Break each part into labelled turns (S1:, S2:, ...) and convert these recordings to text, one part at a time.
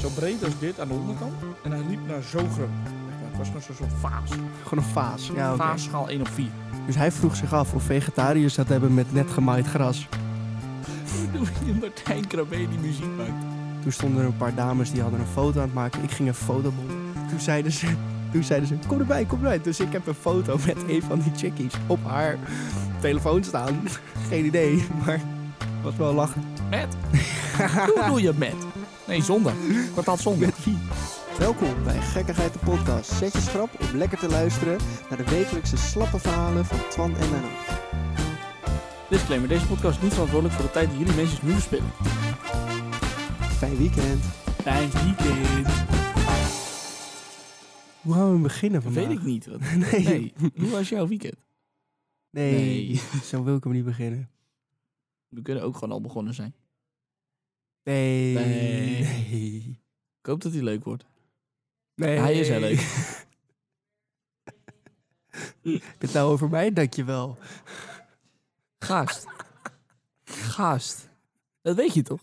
S1: breed als dit aan de onderkant. En hij liep naar zo groot. Zeg maar, Het was gewoon zo'n soort vaas.
S2: Gewoon een vaas. Ja, oké.
S1: Vaasschaal 1 op 4.
S2: Dus hij vroeg zich af of vegetariërs dat hebben met net gemaaid gras.
S1: Hoe doe je Martijn Krabbe die muziek maakt?
S2: Toen stonden er een paar dames die hadden een foto aan het maken. Ik ging een fotobom. Toen zeiden ze, toen zeiden ze kom erbij, kom erbij. Dus ik heb een foto met een van die chickies op haar telefoon staan. Geen idee, maar was wel lachen.
S1: Met? Hoe doe je het met? Nee, zonder. Kwartaal zonder.
S2: Met wie?
S3: Welkom bij Gekkigheid de Podcast. Zet je schrap om lekker te luisteren naar de wekelijkse slappe verhalen van Twan en Menno.
S1: Disclaimer, deze podcast is niet verantwoordelijk voor de tijd die jullie mensen nu verspillen.
S3: Fijn weekend.
S1: Fijn weekend.
S2: Hoe gaan we beginnen
S1: Dat
S2: vandaag?
S1: weet ik niet. Wat-
S2: Nee.
S1: Nee,
S2: Nee.
S1: hoe was jouw weekend?
S2: Zo wil ik hem niet beginnen.
S1: We kunnen ook gewoon al begonnen zijn.
S2: Nee.
S1: Nee.
S2: Nee.
S1: Ik hoop dat hij leuk wordt.
S2: Nee.
S1: Hij is heel leuk.
S2: Heb je het nou over mij? Dankjewel.
S1: Gaast. Gaast. Dat weet je toch?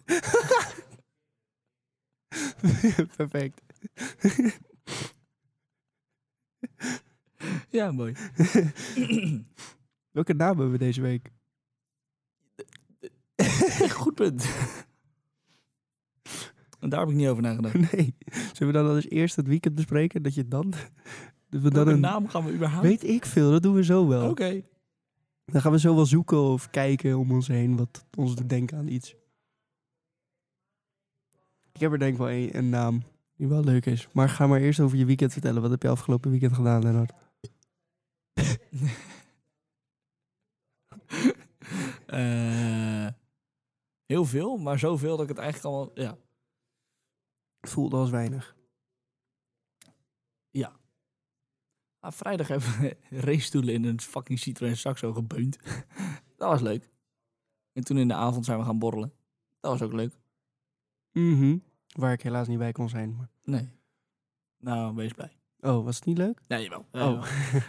S2: Perfect.
S1: Ja, mooi.
S2: Welke naam hebben we deze week?
S1: Goed punt. En daar heb ik niet over nagedacht.
S2: Nee. Zullen we dan als eerst het weekend bespreken? Dat je dan... Dat we dan
S1: Welke
S2: een...
S1: naam gaan we überhaupt?
S2: Weet ik veel, dat doen we zo wel.
S1: Oké.
S2: Dan gaan we zo wel zoeken of kijken om ons heen wat ons doet denken aan iets. Ik heb er denk ik wel een, een naam die wel leuk is. Maar ga maar eerst over je weekend vertellen. Wat heb je afgelopen weekend gedaan, Lennart?
S1: Eh, heel veel, maar zoveel dat ik het eigenlijk allemaal... Ja.
S2: Voelde als weinig.
S1: Ah, vrijdag hebben we racestoelen in een fucking Citroën Saxo gebeund. dat was leuk. En toen in de avond zijn we gaan borrelen. Dat was ook leuk.
S2: Mhm. Waar ik helaas niet bij kon zijn. Maar...
S1: Nee. Nou, wees blij.
S2: Oh, was het niet leuk?
S1: Nee, wel.
S2: Oh.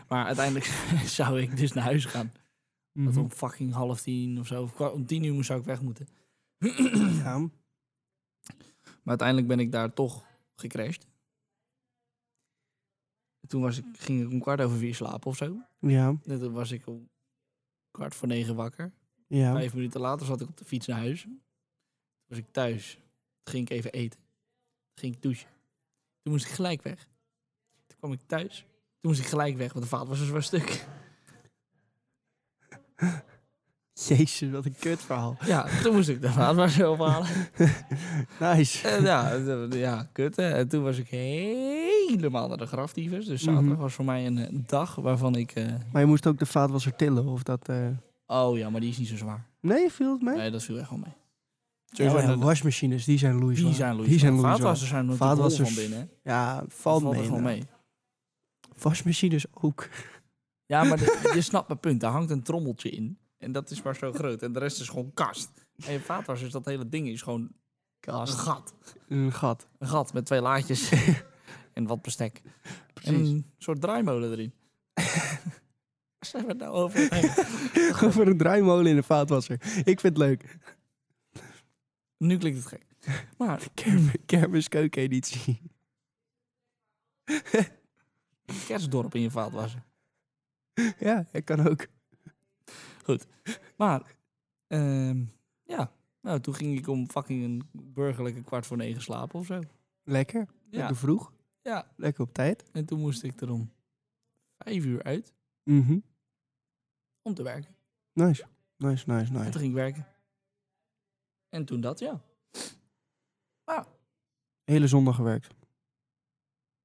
S1: Maar uiteindelijk zou ik dus naar huis gaan. Want
S2: Mhm.
S1: om fucking half tien of zo. Of kwa- om tien uur moest- zou ik weg moeten.
S2: Ja.
S1: Maar uiteindelijk ben ik daar toch gecrashed. Toen was ik, ging ik om kwart over vier slapen of zo.
S2: Ja.
S1: En toen was ik om kwart voor negen wakker.
S2: Ja.
S1: Vijf minuten later zat ik op de fiets naar huis. Toen was ik thuis. Toen ging ik even eten. Toen ging ik douchen. Toen moest ik gelijk weg. Toen kwam ik thuis. Toen moest ik gelijk weg, want de vaat was een zwaar stuk.
S2: Jezus, wat een kutverhaal.
S1: Ja, toen moest ik de vaat maar zo ophalen.
S2: Nice.
S1: En ja, d- nou, eh, ja, kut hè. En toen was ik helemaal naar de grafdievers. Dus zaterdag
S2: Mhm.
S1: was voor mij een eh, dag waarvan ik... eh,
S2: Maar je moest ook de vaatwasser tillen of dat... eh,
S1: oh ja, maar die is niet zo zwaar.
S2: Nee, viel het mee?
S1: Nee, dat viel echt wel mee.
S2: Ja,
S1: Sowieso
S2: maar ja,
S1: de-
S2: wasmachines, die zijn loeizwaar.
S1: die zijn Louis.
S2: Die zijn loeizwaar.
S1: Vaatwassers zijn nog
S2: Vaatwassers
S1: van binnen. hè.
S2: Ja,
S1: Dat
S2: valt
S1: valt echt
S2: mee.
S1: wel
S2: nou.
S1: mee.
S2: Wasmachines ook.
S1: Ja, maar de- je snapt mijn punt. Daar hangt een trommeltje in. En dat is maar zo groot. En de rest is gewoon kast. En je vaatwasser, is dat hele ding is gewoon een gat.
S2: Een gat.
S1: Een gat met twee laadjes. en wat bestek.
S2: Precies.
S1: En een soort draaimolen erin. Waar zijn we het nou over?
S2: Voor een draaimolen in een vaatwasser. Ik vind het leuk.
S1: Nu klinkt het gek. Maar
S2: Kerm- Kermiskeukeneditie.
S1: kerstdorp in je vaatwasser.
S2: Ja, dat kan ook.
S1: Maar, ehm, ja. Nou, toen ging ik om fucking een burgerlijke kwart voor negen slapen of zo.
S2: Lekker. Lekker
S1: Ja,
S2: vroeg.
S1: ja.
S2: Lekker op tijd.
S1: En toen moest ik er om vijf uur uit
S2: Mhm.
S1: om te werken.
S2: Nice. Nice,
S1: En
S2: nice, nice.
S1: toen ging ik werken. En toen dat, ja.
S2: Hele zondag gewerkt.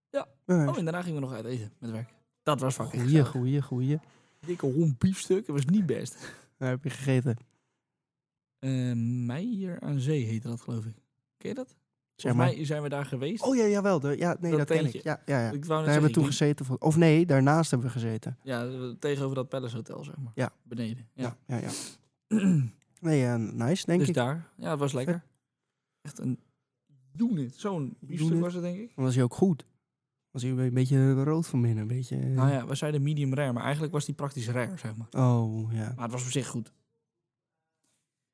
S1: Ja.
S2: Nice.
S1: Oh, en daarna gingen we nog uit eten met werk. Dat was fucking
S2: goeie,
S1: gezellig.
S2: goeie, goeie.
S1: Dikke hond biefstuk. Dat was niet best.
S2: Daar heb je gegeten.
S1: Eh Meijer aan Zee heette dat, geloof ik. Ken je dat?
S2: Zeg
S1: Volgens
S2: maar.
S1: mij zijn we daar geweest.
S2: Oh ja, jawel. de- ja,
S1: Dat
S2: nee,
S1: Oh,
S2: dat, ken
S1: tentje.
S2: ik. Ja, ja,
S1: Ik
S2: ja.
S1: wou net
S2: Daar hebben we
S1: zeggen,
S2: toen
S1: ik
S2: gezeten. Voor, of nee, daarnaast hebben we gezeten.
S1: denk- Ja, tegenover dat Palace Hotel, zeg maar.
S2: Ja.
S1: Beneden. Ja.
S2: Ja, ja, ja. Nee, ja, nice, denk
S1: dus
S2: ik.
S1: daar. Ja, het was lekker. Echt een unit. Zo'n biefstuk
S2: Unit.
S1: was het, denk ik.
S2: Dan was hij ook goed. Was hij een beetje rood van binnen, een beetje... eh.
S1: Nou ja, we zeiden medium rare, maar eigenlijk was die praktisch rare, zeg maar.
S2: Oh, ja.
S1: Maar het was op zich goed.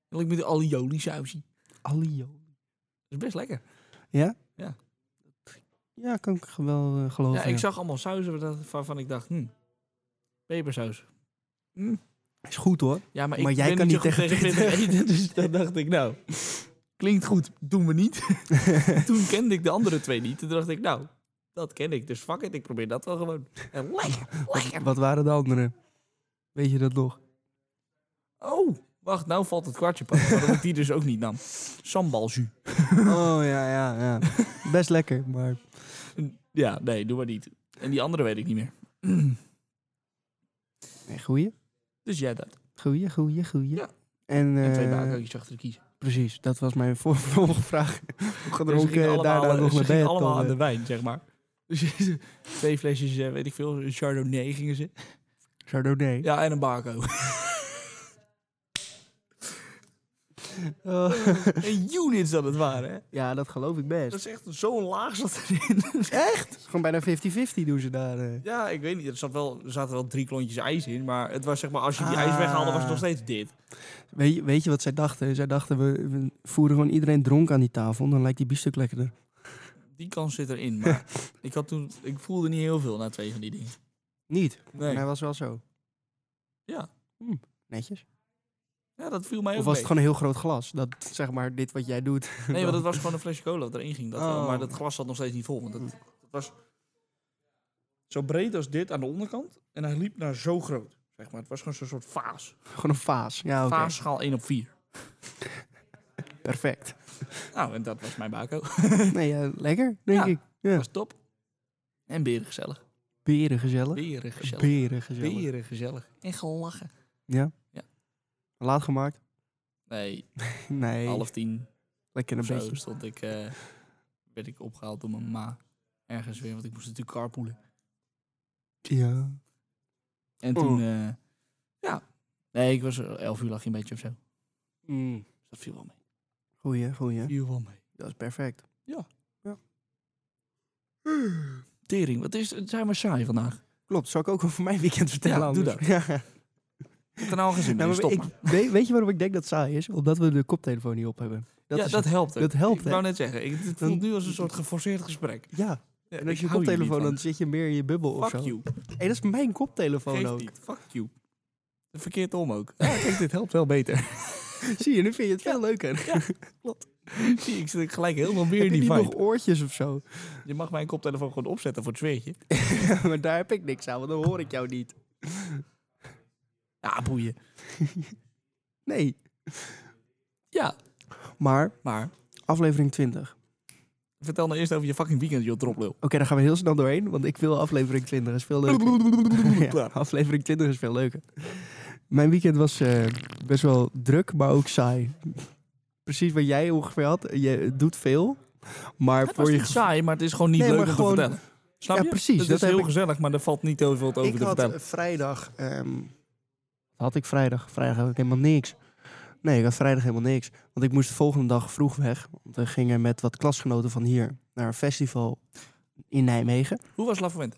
S1: En ik met de alioli sausie.
S2: Alio.
S1: Dat is best lekker.
S2: Ja?
S1: Ja.
S2: Ja, kan ik wel eh, geloven.
S1: Ja, ik zag allemaal sauzen waar- waarvan ik dacht, hm, pepersaus. Hm.
S2: Is goed hoor.
S1: Ja, maar,
S2: Maar
S1: ik
S2: jij
S1: ben
S2: kan
S1: niet zo
S2: niet
S1: goed
S2: tegen pittig
S1: eten, dus dan dacht ik, nou, klinkt goed, doen we niet. Toen kende ik de andere twee niet. Toen dacht ik, nou, dat ken ik, dus fuck it, ik probeer dat wel gewoon. En lekker, lekker.
S2: Wat waren de anderen? Weet je dat nog?
S1: Oh, wacht, nou valt het kwartje pas, omdat ik die dus ook niet nam. Sambalzu.
S2: Oh ja, ja, ja. Best lekker, maar
S1: Ja, nee, doe maar niet. En die andere weet ik niet meer.
S2: nee, goeie.
S1: Dus jij dat.
S2: Goeie, goeie, goeie.
S1: Ja.
S2: En,
S1: En twee
S2: eh,
S1: bakootjes achter de kiezen.
S2: precies, dat was mijn voor- vervolgvraag. Hoe
S1: Dus ze
S2: gedronken
S1: gingen allemaal,
S2: daarna nog
S1: ze
S2: naar
S1: gingen
S2: bed.
S1: allemaal
S2: dan,
S1: aan
S2: eh.
S1: de wijn, zeg maar. Dus twee flesjes, eh, weet ik veel, Chardonnay gingen ze.
S2: Chardonnay.
S1: Ja, en een barco.
S2: Oh.
S1: en units dat het waren, hè.
S2: ja, dat geloof ik
S1: Dat
S2: best.
S1: is echt zo'n laag zat erin.
S2: Echt? Gewoon bijna 50-50 doen ze daar. eh.
S1: ja, ik weet niet. Er, zat wel, er zaten wel drie klontjes ijs in. Maar het was zeg maar, als je die ijs
S2: Ah.
S1: weghaalde, was het nog steeds dit.
S2: Weet, je- weet je wat zij dachten? Zij dachten, we, we voeren gewoon iedereen dronken aan die tafel. Dan lijkt die biefstuk lekkerder.
S1: Die kans zit erin. Maar ik, had toen, ik voelde niet heel veel na twee van die dingen.
S2: Niet.
S1: Nee.
S2: Maar hij was wel zo.
S1: Ja.
S2: Hm, Netjes.
S1: Ja, dat viel mij ook
S2: Of was
S1: mee.
S2: het gewoon een heel groot glas? Dat zeg maar dit wat jij doet.
S1: Nee, want het was gewoon een flesje cola dat erin ging. Dat wel.
S2: Oh. Hmm.
S1: Maar dat glas zat nog steeds niet vol. Want dat, dat was zo breed als dit aan de onderkant. En hij liep naar zo groot. Zeg maar. Het was gewoon zo'n soort vaas.
S2: Gewoon een vaas. Ja, Ah, oké.
S1: Vaasschaal 1 op 4.
S2: Perfect.
S1: Nou, en dat was mijn bako. Dat
S2: Nee, ja, lekker, denk
S1: Ja.
S2: ik. Ja.
S1: was top. En beren gezellig.
S2: Beren gezellig.
S1: Beren gezellig.
S2: Beren gezellig.
S1: Beren gezellig. En gelachen.
S2: Ja.
S1: Ja.
S2: Laat gemaakt?
S1: Nee,
S2: Nee.
S1: half tien
S2: Lekker een
S1: of zo
S2: beetje.
S1: stond ik, eh, werd ik opgehaald door mijn ma. Ergens weer, want ik moest natuurlijk carpoolen.
S2: Ja.
S1: En toen,
S2: Oh.
S1: eh, ja. Nee, ik was eh, elf uur lag je een beetje of zo. Dus
S2: Mm.
S1: dat viel wel mee.
S2: Goeie, goeie.
S1: Viel wel mee.
S2: Dat is perfect.
S1: Tering, wat is, zijn we saai vandaag?
S2: Klopt, zou ik ook over mijn weekend vertellen
S1: Ja, doe
S2: anders? Ja.
S1: Ik heb er nou al gezien.
S2: Nou, maar
S1: stop
S2: ik,
S1: maar.
S2: weet, weet je waarom ik denk dat het saai is? Omdat we de koptelefoon niet op hebben. Dat
S1: ja,
S2: is-
S1: dat helpt. ook.
S2: dat helpt,
S1: Ik
S2: hè?
S1: wou net zeggen, ik, het voelt
S2: Dan-
S1: nu als een soort geforceerd gesprek.
S2: ja.
S1: Ja,
S2: en als
S1: ik
S2: je
S1: hou hier
S2: koptelefoon, dan
S1: niet
S2: zit je meer in je bubbel
S1: van.
S2: of zo.
S1: Fuck you.
S2: Hey, dat is mijn koptelefoon
S1: Geeft
S2: ook.
S1: niet. Fuck you. Verkeerd om ook. Ja, kijk, dit helpt wel beter.
S2: Zie je, nu vind je het veel leuker.
S1: Zie, ik zit gelijk helemaal weer
S2: Heb
S1: in
S2: je
S1: die
S2: niet
S1: vibe.
S2: nog oortjes of zo?
S1: Je mag mijn koptelefoon gewoon opzetten voor het zweertje.
S2: maar daar heb ik niks aan, want dan hoor ik jou niet.
S1: Ja, boeien.
S2: Nee.
S1: Ja,
S2: Maar
S1: maar
S2: aflevering 20. Oké,
S1: vertel nou eerst over je fucking weekend, joh, droplul.
S2: daar gaan we heel snel doorheen, want ik wil aflevering 20. is veel leuker. Ja, aflevering 20 is veel leuker. Mijn weekend was eh, best wel druk, maar ook saai. Precies wat jij ongeveer had. Je doet veel, maar
S1: Het was
S2: voor je
S1: niet saai, maar het is gewoon niet
S2: Nee,
S1: leuk om
S2: maar gewoon-
S1: te vertellen. Snap
S2: Ja,
S1: je?
S2: precies,
S1: Het
S2: dat
S1: is
S2: heb
S1: heel
S2: ik-
S1: gezellig, maar er valt niet heel veel over
S2: ik
S1: te
S2: had
S1: vertellen.
S2: eh, vrijdag. ehm, wat had ik vrijdag? Vrijdag had ik helemaal niks. Nee, ik had vrijdag helemaal niks. Want ik moest de volgende dag vroeg weg. Want we gingen met wat klasgenoten van hier naar een festival in Nijmegen.
S1: Hoe was Lafavent?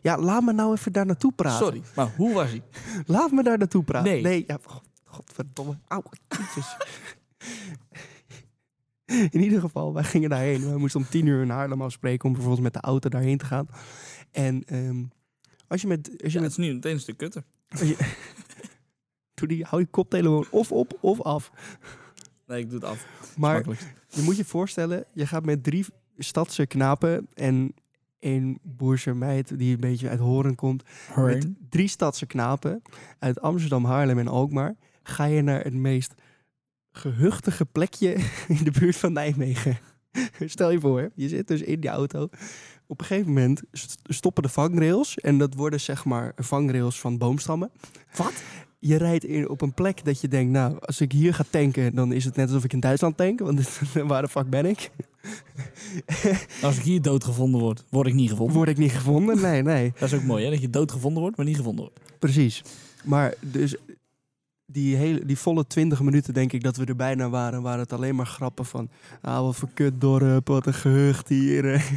S2: Ja, laat me nou even daar naartoe eh, praten.
S1: Sorry, maar hoe was hij?
S2: Laat me daar naartoe praten.
S1: Nee.
S2: ja, god, godverdomme. Auw, kietjes. In ieder geval, wij gingen daarheen. We moesten om tien uur in Haarlem afspreken om bijvoorbeeld met de auto daarheen te gaan. En ehm, als je met... Als je
S1: Ja,
S2: met
S1: het is nu meteen een stuk kutter.
S2: Doe die, hou je koptelefoon of op of af.
S1: Nee, ik doe het af.
S2: Maar
S1: Makkelijkst.
S2: je moet je voorstellen, je gaat met drie stadse knapen en één boerse meid die een beetje uit Horen komt. Met drie stadse knapen uit Amsterdam, Haarlem en Alkmaar ga je naar het meest gehuchtige plekje in de buurt van Nijmegen. Stel je voor, je zit dus in die auto. Op een gegeven moment st- stoppen de vangrails. En dat worden zeg maar vangrails van boomstammen.
S1: Wat?
S2: Je rijdt in, op een plek dat je denkt, nou, als ik hier ga tanken, dan is het net alsof ik in Duitsland tank. Want waar de fuck ben ik?
S1: Als ik hier doodgevonden word, word ik niet gevonden.
S2: Word ik niet gevonden? Nee, nee.
S1: Dat is ook mooi, hè? Dat je doodgevonden wordt, maar niet gevonden
S2: Eh,
S1: wordt.
S2: Precies. Maar dus die, hele, die volle 20 minuten denk ik dat we er bijna waren, waren het alleen maar grappen van... Ah, wat voor kutdorp, wat een gehucht hier. eh."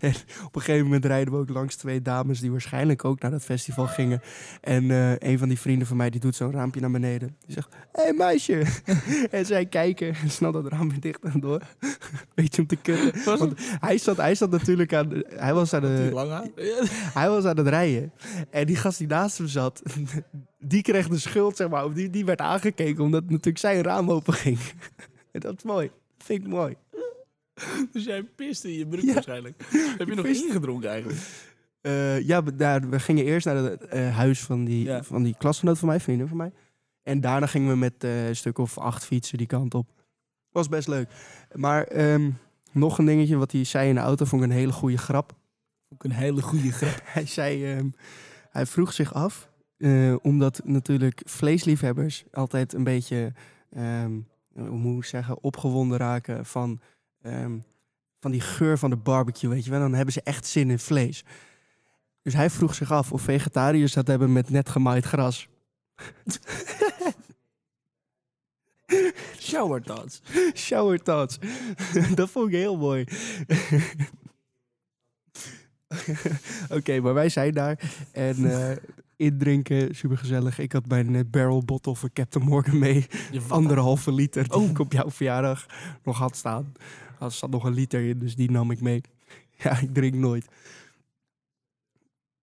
S2: En op een gegeven moment rijden we ook langs twee dames die waarschijnlijk ook naar dat festival gingen. En eh, een van die vrienden van mij die doet zo'n raampje naar beneden. Die zegt, hé hey, meisje. en zij kijken en snel dat raam weer dicht en door. Beetje om te kutten.
S1: Was
S2: Want hij zat, hij zat natuurlijk aan... de- Hij was aan de,
S1: lang aan. Ja.
S2: hij was aan het rijden. En die gast die naast hem zat, die kreeg de schuld, zeg maar. Of die, die werd aangekeken omdat natuurlijk zijn raam open ging. En dat is mooi. Vind ik mooi.
S1: Dus jij piste in je broek
S2: Ja.
S1: waarschijnlijk. Heb je nog
S2: Pist.
S1: ingedronken eigenlijk?
S2: Eh, ja, we- daar, we gingen eerst naar het eh, huis van die,
S1: Ja.
S2: van die klasgenoot van mij, vrienden van mij. En daarna gingen we met eh, een stuk of acht fietsen die kant op. Was best leuk. Maar ehm, nog een dingetje wat hij zei in de auto, vond ik een hele goede grap.
S1: Ook een hele goede grap.
S2: Hij zei, ehm, hij vroeg zich af, eh, omdat natuurlijk vleesliefhebbers altijd een beetje, ehm, hoe moet ik zeggen, opgewonden raken van, ehm, van die geur van de barbecue, weet je wel. Dan hebben ze echt zin in vlees. Dus hij vroeg zich af of vegetariërs dat hebben met net gemaaid gras.
S1: Shower thoughts.
S2: Shower thoughts. dat vond ik heel mooi. Oké, maar wij zijn daar. En eh, indrinken, supergezellig. Ik had mijn eh, barrel bottle van Captain Morgan mee.
S1: Je
S2: Anderhalve liter die
S1: Oh.
S2: ik op jouw verjaardag nog had staan. Er zat nog een liter in, dus die nam ik mee. Ja, ik drink nooit.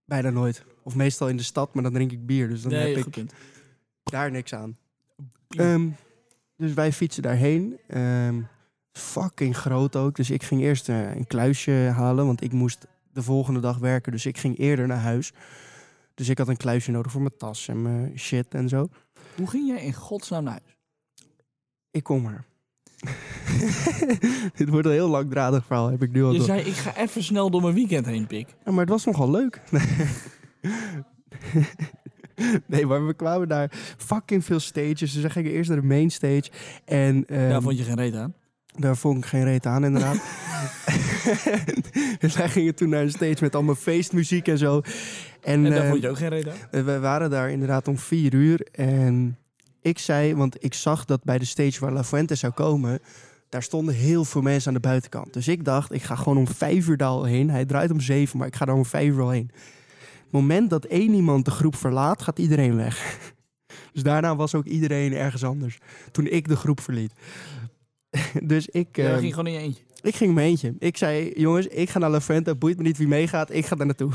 S2: Bijna nooit. Of meestal in de stad, maar dan drink ik bier. Dus dan
S1: nee,
S2: heb ik
S1: goed punt.
S2: daar niks aan.
S1: Bier.
S2: Ehm, dus wij fietsen daarheen. Ehm, fucking groot ook. Dus ik ging eerst eh, een kluisje halen, want ik moest de volgende dag werken. Dus ik ging eerder naar huis. Dus ik had een kluisje nodig voor mijn tas en mijn shit en zo.
S1: Hoe ging jij in godsnaam naar huis?
S2: Ik kom er. Dit wordt een heel langdradig verhaal, heb ik nu al
S1: Je
S2: door.
S1: zei, ik ga even snel door mijn weekend heen, pik.
S2: Ja, maar het was nogal leuk. nee, maar we kwamen daar fucking veel stages. Dus dan ging ik eerst naar de main stage. En, ehm,
S1: Daar vond je geen reet aan.
S2: Daar vond ik geen reet aan, inderdaad. dus wij gingen toen naar een stage met allemaal feestmuziek en zo. En,
S1: En daar
S2: eh,
S1: vond je ook geen reet aan.
S2: eh, we waren daar inderdaad om vier uur. En ik zei, want ik zag dat bij de stage waar La Fuente zou komen... daar stonden heel veel mensen aan de buitenkant. Dus ik dacht, ik ga gewoon om vijf uur daar al heen. Hij draait om zeven, maar ik ga daar om vijf uur al heen. moment dat één iemand de groep verlaat, gaat iedereen weg. Dus daarna was ook iedereen ergens anders. Toen ik de groep verliet. dus ik...
S1: Ja,
S2: ehm,
S1: ging gewoon in je eentje.
S2: ik ging mijn eentje. Ik zei, jongens, ik ga naar La Fuente. Boeit me niet wie meegaat. Ik ga daar naartoe.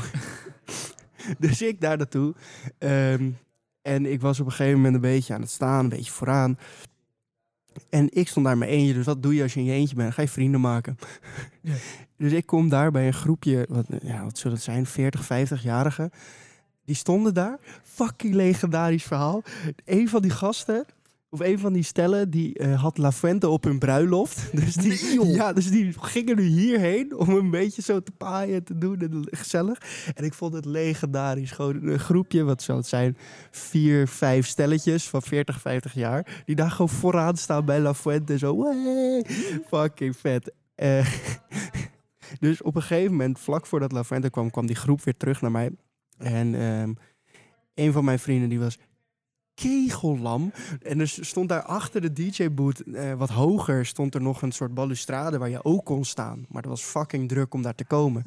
S2: dus ik daar naartoe. Ehm, en ik was op een gegeven moment een beetje aan het staan. Een beetje vooraan. En ik stond daar in mijn eentje. Dus wat doe je als je in je eentje bent? Dan Ga je vrienden maken.
S1: Ja.
S2: Dus ik kom daar bij een groepje. Wat, ja, wat zullen het zijn? 40, 50-jarigen. Die stonden daar. Fucking legendarisch verhaal. Een van die gasten... Of een van die stellen, die eh, had La Fuente op hun bruiloft. Dus die, ja, dus die gingen nu hierheen om een beetje zo te paaien, te doen en gezellig. En ik vond het legendarisch. Gewoon een groepje, wat zou het zijn, vier, vijf stelletjes van 40, 50 jaar. Die daar gewoon vooraan staan bij La Fuente. Zo, "Wee." fucking vet. Eh, dus op een gegeven moment, vlak voordat La Fuente kwam, kwam die groep weer terug naar mij. En ehm, een van mijn vrienden die was kegellam. En dus stond daar achter de DJ-boot, eh, wat hoger, stond er nog een soort balustrade waar je ook kon staan. Maar dat was fucking druk om daar te komen.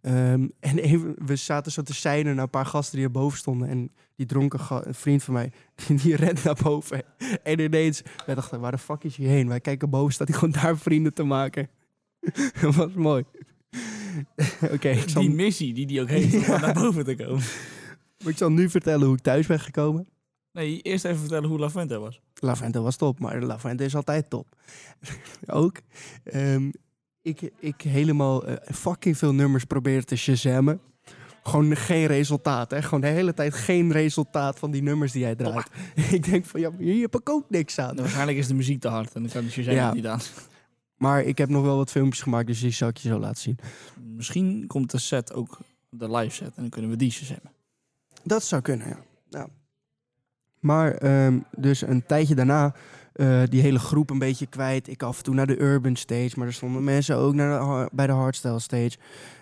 S2: Ehm, en even, we zaten zo te seinen naar een paar gasten die erboven stonden. En die dronken ga- een vriend van mij, die, die rent naar boven. En ineens, wij dachten, waar de fuck is hij heen? Wij kijken boven, staat hij gewoon daar vrienden te maken. dat was mooi. Oké, ik zal
S1: Die missie die die ook heeft om naar boven te komen.
S2: maar ik zal nu vertellen hoe ik thuis ben gekomen.
S1: Nee, eerst even vertellen hoe La Fuente was.
S2: La Fuente was top, maar La Fuente is altijd top. Ook. ehm, ik, ik helemaal eh, fucking veel nummers proberen te shazammen. Gewoon geen resultaat, hè? Gewoon de hele tijd geen resultaat van die nummers die jij draait. ik denk van, ja, maar hier heb ik ook niks aan.
S1: Nou, waarschijnlijk is de muziek te hard en dan kan de Shazam
S2: Ja.
S1: het niet aan.
S2: Maar ik heb nog wel wat filmpjes gemaakt, dus die zal ik je zo laten zien.
S1: Misschien komt de set ook, de live set, en dan kunnen we die Shazam.
S2: Dat zou kunnen, ja. Ja. Maar ehm, dus een tijdje daarna eh, die hele groep een beetje kwijt. Ik af en toe naar de urban stage, maar er stonden mensen ook naar de, har- bij de hardstyle stage.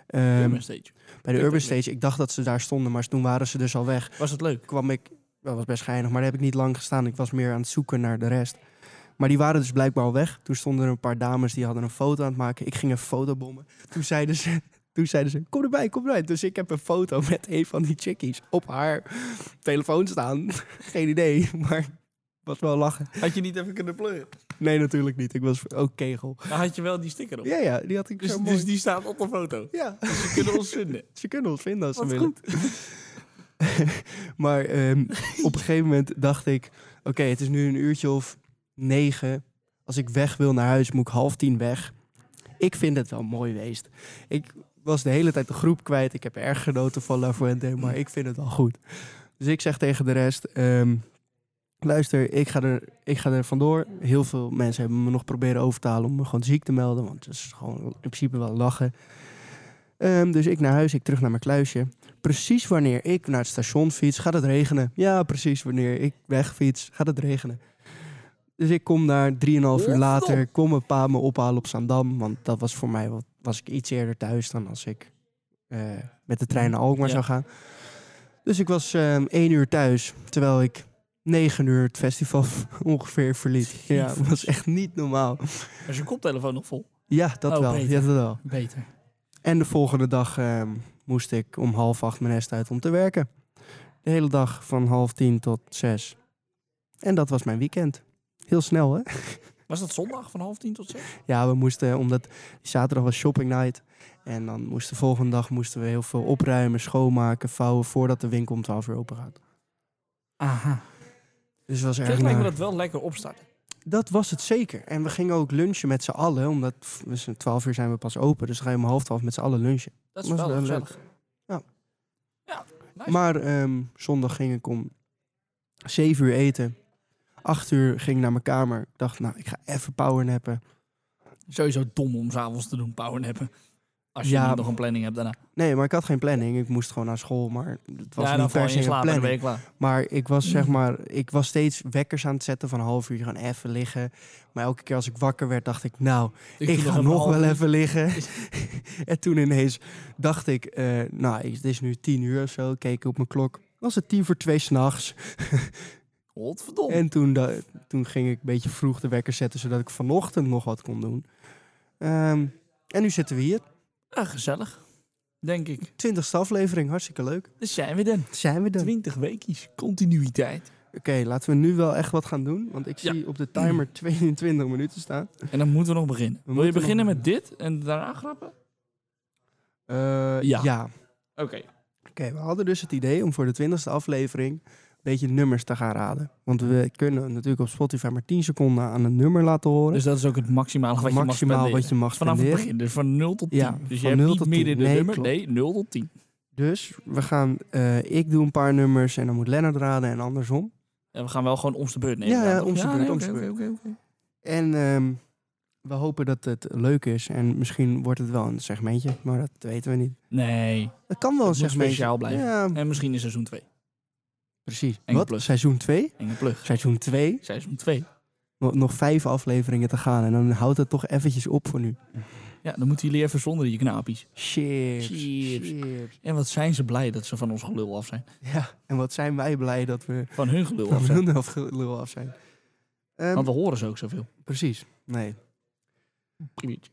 S2: Ehm,
S1: Urban Stage.
S2: bij de
S1: Ik
S2: urban
S1: ook niet.
S2: stage, ik dacht dat ze daar stonden, maar toen waren ze dus al weg.
S1: Was het leuk?
S2: Kwam ik, dat was best geinig, maar daar heb ik niet lang gestaan. Ik was meer aan het zoeken naar de rest. Maar die waren dus blijkbaar al weg. Toen stonden er een paar dames die hadden een foto aan het maken. Ik ging een foto bommen. Toen zeiden ze, toen zeiden ze kom erbij, kom erbij. Dus ik heb een foto met een van die chickies op haar telefoon staan. Geen idee, maar was wel lachen.
S1: Had je niet even kunnen pleuren?
S2: Nee, natuurlijk niet. Ik was ook kegel.
S1: Dan had je wel die sticker op.
S2: Ja, ja, die had ik
S1: dus,
S2: zo mooi.
S1: dus die staat op de foto. Dus
S2: Ja,
S1: Ze kunnen ons vinden.
S2: ze kunnen ons vinden als ze
S1: Wat
S2: willen.
S1: goed.
S2: maar ehm, op een gegeven moment dacht ik... Oké, het is nu een uurtje of negen. Als ik weg wil naar huis, moet ik half tien weg. Ik vind het wel mooi geweest. Ik was de hele tijd de groep kwijt. Ik heb erg genoten van La Fuente, maar ik vind het wel goed. Dus ik zeg tegen de rest... ehm, luister, ik ga, er, ik ga er vandoor. Heel veel mensen hebben me nog proberen over te halen... om me gewoon ziek te melden. Want het is gewoon in principe wel lachen. Ehm, dus ik naar huis, ik terug naar mijn kluisje precies wanneer ik naar het station fiets, gaat het regenen. Ja, precies wanneer ik wegfiets, gaat het regenen. Dus ik kom daar 3,5 uur later, kom mijn pa me ophalen op Zandam. Want dat was voor mij, wat, was ik iets eerder thuis dan als ik eh, met de trein naar Alkmaar
S1: Mhm. Ja.
S2: zou gaan. Dus ik was ehm 1 uur thuis, terwijl ik 9 uur het festival ongeveer verliet. Ja, dat was echt niet normaal.
S1: Is je koptelefoon nog vol?
S2: Ja, dat
S1: Oh,
S2: wel.
S1: beter.
S2: Ja, dat wel.
S1: Beter.
S2: En de volgende dag ehm, moest ik om half acht mijn nest uit om te werken. De hele dag van half tien tot zes. En dat was mijn weekend. Heel snel, hè?
S1: Was dat zondag van half tien tot zes?
S2: Ja, we moesten, omdat zaterdag was shopping night. En dan moest de volgende dag moesten we heel veel opruimen, schoonmaken, vouwen... voordat de winkel om twaalf uur open gaat.
S1: Aha.
S2: Dus het was erg
S1: Zeg lijkt me
S2: naar.
S1: dat wel lekker opstarten.
S2: Dat was het zeker. En we gingen ook lunchen met z'n allen, omdat we zijn- 12 uur zijn we pas open. Dus dan ga je om half twaalf met z'n allen lunchen.
S1: Dat is
S2: Was
S1: wel
S2: wel
S1: gezellig.
S2: Ja.
S1: Ja, nice.
S2: Maar ehm, zondag ging ik om 7 uur eten. 8 uur ging ik naar mijn kamer. Ik dacht, nou, ik ga even powernappen.
S1: Sowieso dom om s'avonds te doen powernappen. Als je
S2: Ja.
S1: niet nog een planning hebt daarna.
S2: Nee, maar ik had geen planning. Ik moest gewoon naar school, maar het was
S1: ja, dan
S2: niet
S1: val
S2: per
S1: je
S2: se
S1: in
S2: een
S1: slaap en dan
S2: planning.
S1: ben je klaar.
S2: Maar ik was zeg maar, ik was steeds wekkers aan het zetten van een half uur gewoon even liggen. Maar elke keer als ik wakker werd, dacht ik, nou, ik,
S1: doe
S2: ga
S1: een
S2: nog
S1: half
S2: wel
S1: uur.
S2: even liggen. en toen ineens dacht ik, eh, nou, het is nu 10 uur of zo. Keek ik op mijn klok. Was het tien voor twee s'nachts?
S1: Godverdomme.
S2: En toen, da- toen ging ik een beetje vroeg de wekker zetten, zodat ik vanochtend nog wat kon doen. Ehm, en nu zitten we hier.
S1: Ja, Ah, gezellig. Denk ik.
S2: Twintigste aflevering, hartstikke leuk.
S1: Dus zijn we dan.
S2: Zijn we dan?
S1: 20 weekjes. Continuïteit.
S2: Oké, laten we nu wel echt wat gaan doen, want ik
S1: Ja.
S2: zie op de timer 22 minuten staan.
S1: En dan moeten we nog beginnen. Wil je
S2: moeten
S1: beginnen
S2: nog
S1: met dit en daarna grappen?
S2: Eh,
S1: Ja.
S2: ja.
S1: Oké.
S2: Oké, we hadden dus het idee om voor de twintigste aflevering een beetje nummers te gaan raden. Want we kunnen natuurlijk op Spotify maar 10 seconden aan een nummer laten horen.
S1: Dus dat is ook het maximale wat je mag
S2: maximaal
S1: spenderen.
S2: wat je mag
S1: Vanaf het
S2: spenderen.
S1: begin, dus van 0 tot 10.
S2: Ja,
S1: dus je
S2: van
S1: hebt
S2: 0
S1: niet
S2: tot
S1: midden
S2: 10.
S1: in de
S2: Nee,
S1: nummer.
S2: klopt.
S1: Nee, 0 tot 10.
S2: Dus we gaan, eh, ik doe een paar nummers en dan moet Lennart raden en andersom.
S1: En we gaan wel gewoon om de beurt nemen.
S2: Ja, ja, om zijn beurt, om zijn beurt.
S1: oké, oké.
S2: En ehm, we hopen dat het leuk is. En misschien wordt het wel een segmentje, maar dat weten we niet.
S1: Nee.
S2: Het kan wel
S1: Het
S2: een
S1: moet
S2: segmentje.
S1: speciaal blijven.
S2: Ja,
S1: En misschien in seizoen 2.
S2: precies.
S1: En
S2: Wat?
S1: plus.
S2: Seizoen 2?
S1: Enge plug.
S2: Seizoen 2?
S1: Seizoen 2.
S2: Nog vijf afleveringen te gaan en dan houdt het toch eventjes op voor nu.
S1: Ja, dan moeten jullie even zonder je knaapjes.
S2: Cheers.
S1: Cheers. En wat zijn ze blij dat ze van ons gelul af zijn.
S2: Ja, en wat zijn wij blij dat we
S1: Van hun gelul af
S2: van
S1: zijn.
S2: hun af- lul af zijn. Ehm,
S1: Want we horen ze ook zoveel.
S2: precies. Nee.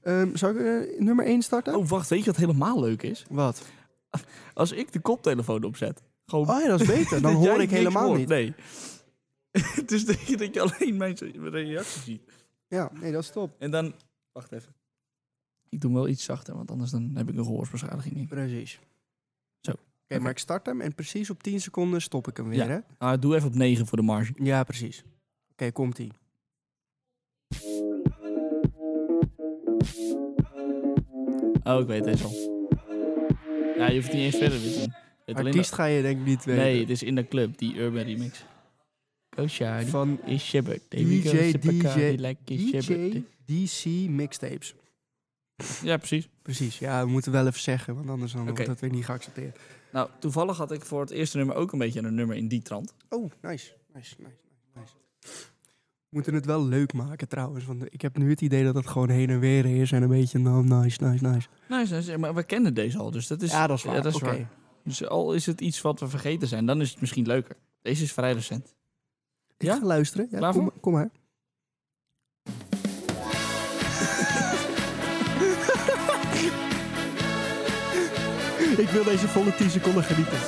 S2: Ehm, zou ik eh, nummer 1 starten?
S1: Oh, wacht. Weet je wat helemaal leuk is?
S2: Wat?
S1: Als ik de koptelefoon opzet. Gewoon
S2: Oh ja, dat is beter. Dan
S1: dat jij
S2: hoor ik
S1: niks
S2: helemaal
S1: hoort.
S2: niet.
S1: Nee. dus dat je, dat je alleen mijn reactie ziet.
S2: Ja, nee, dat is top.
S1: En dan... Wacht even. Ik doe hem wel iets zachter, want anders dan heb ik een gehoorsbeschadiging. denk ik.
S2: Precies.
S1: Zo.
S2: Oké, maar ik start hem en precies op 10 seconden stop ik hem weer,
S1: Ja.
S2: hè?
S1: Ah, doe even op 9 voor de marge.
S2: Ja, precies. Oké, komt-ie.
S1: Oh, ik weet deze al. Ja, je hoeft niet eens verder te doen. Het alleen
S2: Artiest ga je denk ik niet
S1: dat-
S2: weten.
S1: nee, het is in de club, die Urban Remix. Go shiny,
S2: Van
S1: is je birthday. We
S2: DJ,
S1: go sip a
S2: DJ,
S1: Cadillac, it's your
S2: DJ
S1: birthday.
S2: DC Mixtapes.
S1: Ja, precies.
S2: Precies, ja, we moeten wel even zeggen, want anders dan
S1: Oké.
S2: wordt dat weer niet geaccepteerd.
S1: Nou, toevallig had ik voor het eerste nummer ook een beetje een nummer in die trant.
S2: Oh, nice. Nice, nice, nice, nice. We moeten het wel leuk maken trouwens, want ik heb nu het idee dat het gewoon heen en weer is en een beetje nou, nice, nice, nice.
S1: Nice, nice, maar we kennen deze al, dus dat is...
S2: ja, dat is waar.
S1: dat is
S2: Oké.
S1: waar. Dus al is het iets wat we vergeten zijn, dan is het misschien leuker. Deze is vrij recent.
S2: Ik
S1: Ja?
S2: ga luisteren. Ja,
S1: Klaar
S2: kom,
S1: voor?
S2: maar- kom maar. Ik wil deze volle 10 seconden genieten.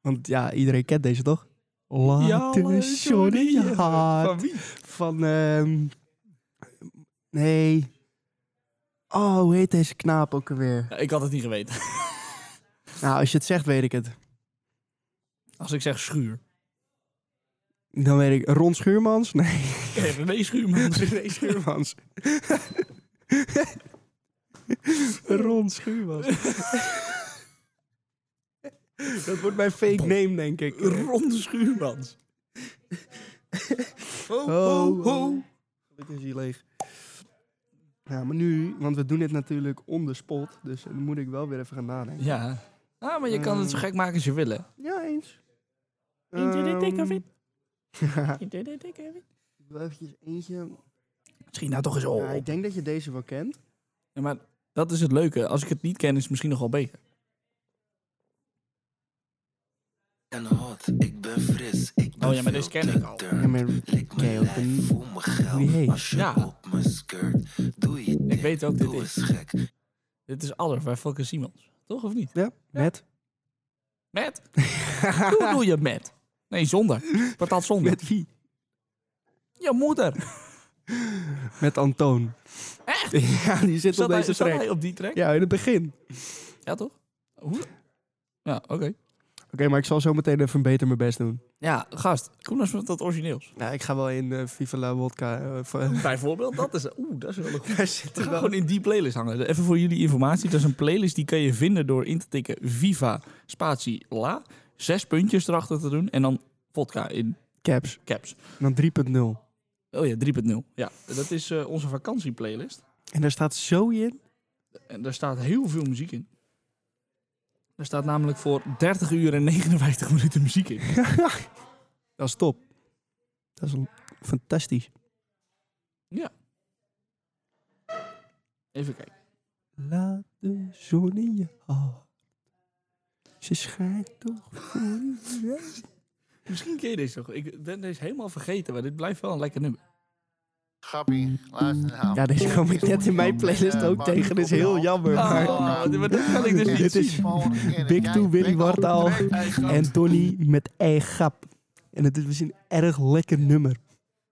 S2: Want ja, iedereen kent deze toch? Later, Johnny Hart.
S1: Van wie?
S2: Van, ehm, Nee. Oh, hoe heet deze knaap ook alweer?
S1: Ja, ik had het niet geweten.
S2: Nou, als je het zegt, weet ik het.
S1: Als ik zeg schuur.
S2: Dan weet ik... Ron Schuurmans? Nee,
S1: Even mee schuurman.
S2: René Schuurmans. Ron Schuurmans. Dat wordt mijn fake name, denk ik.
S1: Ronde schuurmans. Ho,
S2: ho, ho. Oh. Gelukkig is hij leeg. Ja, maar nu, want we doen dit natuurlijk on the spot, dus dan moet ik wel weer even gaan nadenken.
S1: Ja. Ah, maar je kan
S2: Mm.
S1: het zo gek maken als je wil, hè.
S2: Ja, eens.
S1: Eentje dit, ik of dit?
S2: Ehm,
S1: Misschien
S2: ik wil eventjes eentje.
S1: nou toch eens op.
S2: Ja, ik denk dat je deze wel kent.
S1: Ja, maar dat is het leuke. Als ik het niet ken, is het misschien nog wel beter.
S4: En hot, ik ben fris. Ik ben
S1: Oh ja, maar deze ken ik al.
S2: Ja, maar
S4: Lik
S2: ken je
S4: mijn
S2: ook een-
S4: lijf, voel mijn geld.
S2: die heet?
S4: Als je
S1: Ja.
S4: op mijn skirt. Doe je
S1: Ik weet ook dit
S4: doe
S1: is.
S4: eens gek.
S1: Dit is Aller bij Fokker Simons. Toch of niet?
S2: Ja, met.
S1: Met? Hoe bedoel je met? Nee, zonder. Wat dat zonder?
S2: met wie?
S1: Je moeder.
S2: Met Antoon.
S1: Echt?
S2: Ja, die zit
S1: Zat
S2: op
S1: hij,
S2: deze
S1: zat
S2: track.
S1: hij op die track? Ja,
S2: Ja, in het begin.
S1: toch? Hoe? Ja, oké.
S2: Oké, maar ik zal zo meteen even beter mijn best doen.
S1: Ja, gast. Kom eens met dat origineels.
S2: Nou, ik ga wel in eh, Viva La Wodka. eh, voor-
S1: Bijvoorbeeld, dat is... Oeh, dat is wel een goed.
S2: daar zit
S1: Het
S2: er
S1: gaat
S2: wel.
S1: gewoon in die playlist hangen. Even voor jullie informatie. Dat is een playlist die kan je vinden door in te tikken Viva Spatie La. Zes puntjes erachter te doen. En dan vodka in
S2: Caps.
S1: caps.
S2: Dan 3.0.
S1: Oh ja, 3.0. Ja, dat is eh, onze vakantieplaylist.
S2: En daar staat zo in.
S1: En daar staat heel veel muziek in. Daar staat namelijk voor 30 uur en 59 minuten muziek in.
S2: Dat is top. Dat is een- fantastisch.
S1: Even kijken.
S2: Laat de zon in je hart. Ze schijnt toch voor je.
S1: Misschien ken je deze nog. Ik ben deze helemaal vergeten, maar dit blijft wel een lekker nummer.
S5: Grappie, luister nou.
S2: Ja, deze kwam ik net in mijn
S5: Met,
S2: playlist
S5: eh,
S2: ook tegen. Dit is heel jammer. maar-
S1: Oh, maar dat kan ik dus niet
S2: Dit is
S1: zien.
S2: Big Two, Willy Wartaal en Tony met eigen grap. En het is een erg lekker nummer.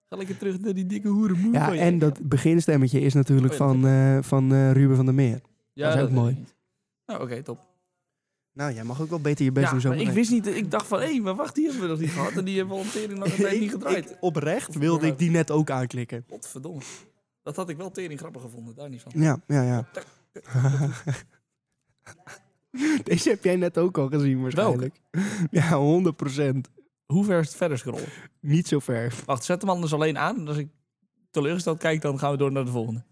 S1: Ga lekker terug naar die dikke hoerenmoer
S2: Ja,
S1: van je.
S2: en dat beginstemmetje is natuurlijk
S1: Oh ja, dat
S2: van, eh, van eh, Ruben van der Meer.
S1: Ja,
S2: dat is ook
S1: weet
S2: mooi.
S1: ik niet. Nou, oké, top.
S2: Nou, jij mag ook wel beter je best
S1: Ja,
S2: doen zo.
S1: maar ik wist niet, ik dacht van, hé, maar wacht, die hebben we nog niet gehad. En die hebben we al een tering lange tijd niet gedraaid.
S2: oprecht wilde ik die net ook aanklikken.
S1: Godverdomme. Dat had ik wel tering grappig gevonden, daar niet van.
S2: Ja, ja, ja. Deze heb jij net ook al gezien waarschijnlijk. Ja, 100
S1: Hoe ver is het verder scrollen?
S2: Niet zo ver.
S1: Wacht, zet hem anders alleen aan. En als ik teleurgesteld kijk, dan gaan we door naar de volgende.